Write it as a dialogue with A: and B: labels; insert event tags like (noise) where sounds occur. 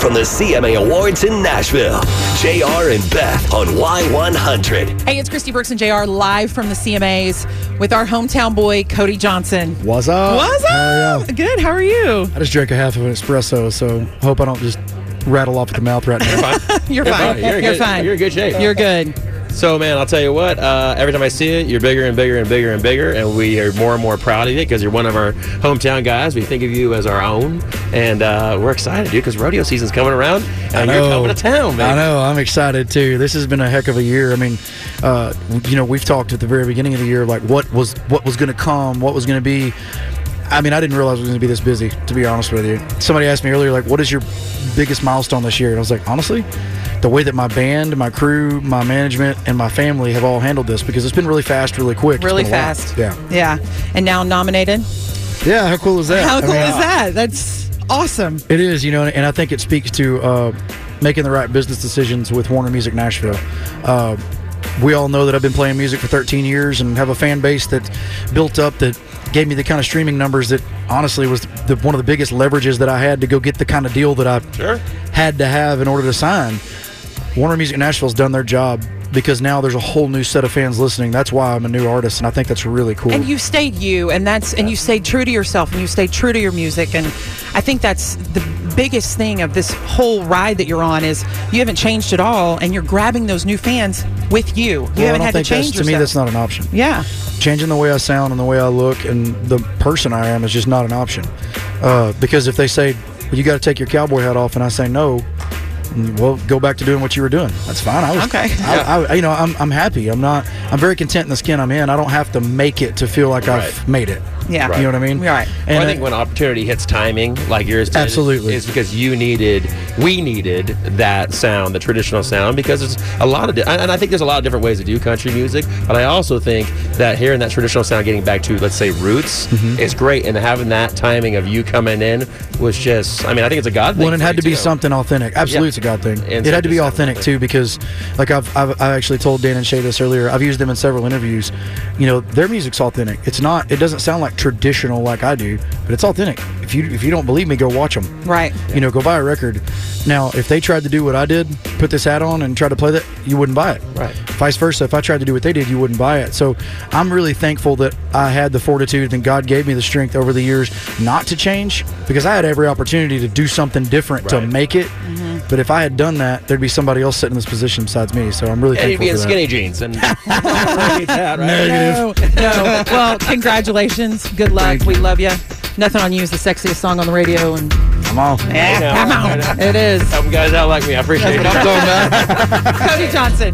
A: from the CMA Awards in Nashville. JR and Beth on Y100.
B: Hey, it's Christy Brooks and JR live from the CMAs with our hometown boy, Cody Johnson.
C: What's up?
B: What's
C: How are
B: up?
C: y'all?
B: Good. How are
C: (laughs)
B: you?
C: I just drank a half of an espresso, so hope I don't just rattle off at the mouth right now.
D: (laughs)
B: You're fine.
D: fine. You're in good-
B: fine.
D: you're in good shape.
B: You're good.
D: So, man, I'll tell you what. Uh, every time I see it, you're bigger and bigger and bigger and bigger, and we are more and more proud of you because you're one of our hometown guys. We think of you as our own, and uh, we're excited, dude, because rodeo season's coming around, and you're coming to town, man.
C: I know. I'm excited too. This has been a heck of a year. I mean, uh, you know, we've talked at the very beginning of the year, like what was what was going to come, what was going to be. I mean, I didn't realize it was going to be this busy. To be honest with you, somebody asked me earlier, like, what is your biggest milestone this year? And I was like, honestly, the way that my band, my crew, my management, and my family have all handled this because it's been really fast, really quick, It's
B: Really
C: been a lot.
B: fast.
C: Yeah,
B: Yeah. And now nominated.
C: yeah. How cool is that?
B: How
C: I
B: cool
C: mean,
B: is that? That's awesome.
C: It is, you know, and I think it speaks to uh, making the right business decisions with Warner Music Nashville. Uh, we all know that I've been playing music for 13 years and have a fan base that built up that gave me the kind of streaming numbers that honestly was the, one of the biggest leverages that I had to go get the kind of deal that I
D: Sure.
C: had to have in order to sign. Warner Music Nashville's done their job because now there's a whole new set of fans listening. That's why I'm a new artist, and I think that's really cool.
B: And you stayed you, and that's and you stayed true to yourself, and you stayed true to your music, and I think that's the biggest thing of this whole ride that you're on is you haven't changed at all, and you're grabbing those new fans with you. You
C: Well, I
B: haven't
C: don't
B: had
C: think
B: to change
C: that's, to me
B: yourself.
C: that's not an option.
B: yeah,
C: changing the way I sound and the way I look and the person I am is just not an option. Uh, because if they say well, you got to take your cowboy hat off, and I say no, mm, well, go back to doing what you were doing. That's fine. I was
B: Okay.
C: I, I, you know, I'm, I'm happy. I'm not. I'm very content in the skin I'm in. I don't have to make it to feel like I've
D: Right.
C: made it.
B: Yeah.
C: You know what I mean?
B: Right.
D: Well,
C: And
D: I think when opportunity hits timing, like yours did,
C: Absolutely.
D: is because you needed, we needed that sound, the traditional sound, because there's a lot of, di- and I think there's a lot of different ways to do country music, but I also think that hearing that traditional sound, getting back to, let's say, roots,
C: Mm-hmm.
D: is great, and having that timing of you coming in was just, I mean, I think it's a God thing.
C: Well, and it
D: for
C: had
D: you,
C: to be
D: too.
C: something authentic. Absolutely,
D: Yeah.
C: it's a God thing. it
D: And so
C: had to be
D: just
C: authentic
D: something.
C: too, because like I've, I've I actually told Dan and Shay this earlier. I've used them in several interviews. You know, their music's authentic. It's not. It doesn't sound like traditional like I do, but it's authentic. If you if you don't believe me, go watch them.
B: right.
C: You know, go buy a record. Now, if they tried to do what I did, put this hat on and try to play that, you wouldn't buy it.
D: Right.
C: Vice versa, if I tried to do what they did, you wouldn't buy it. So I'm really thankful that I had the fortitude and God gave me the strength over the years not to change because I had every opportunity to do something different to
D: Right.
C: make it. But if I had done that, there'd be somebody else sitting in this position besides me. So I'm really
D: And you'd
C: thankful
D: be in
C: for that.
D: skinny
C: (laughs)
D: jeans, and I hate that, right?
B: No, no. Well, congratulations. Good luck. We love you. Nothing on you is the sexiest song on the radio, and
C: I'm
D: (laughs)
C: all.
B: come on, it is.
D: Some guys out like me, I appreciate it.
B: Cody Johnson.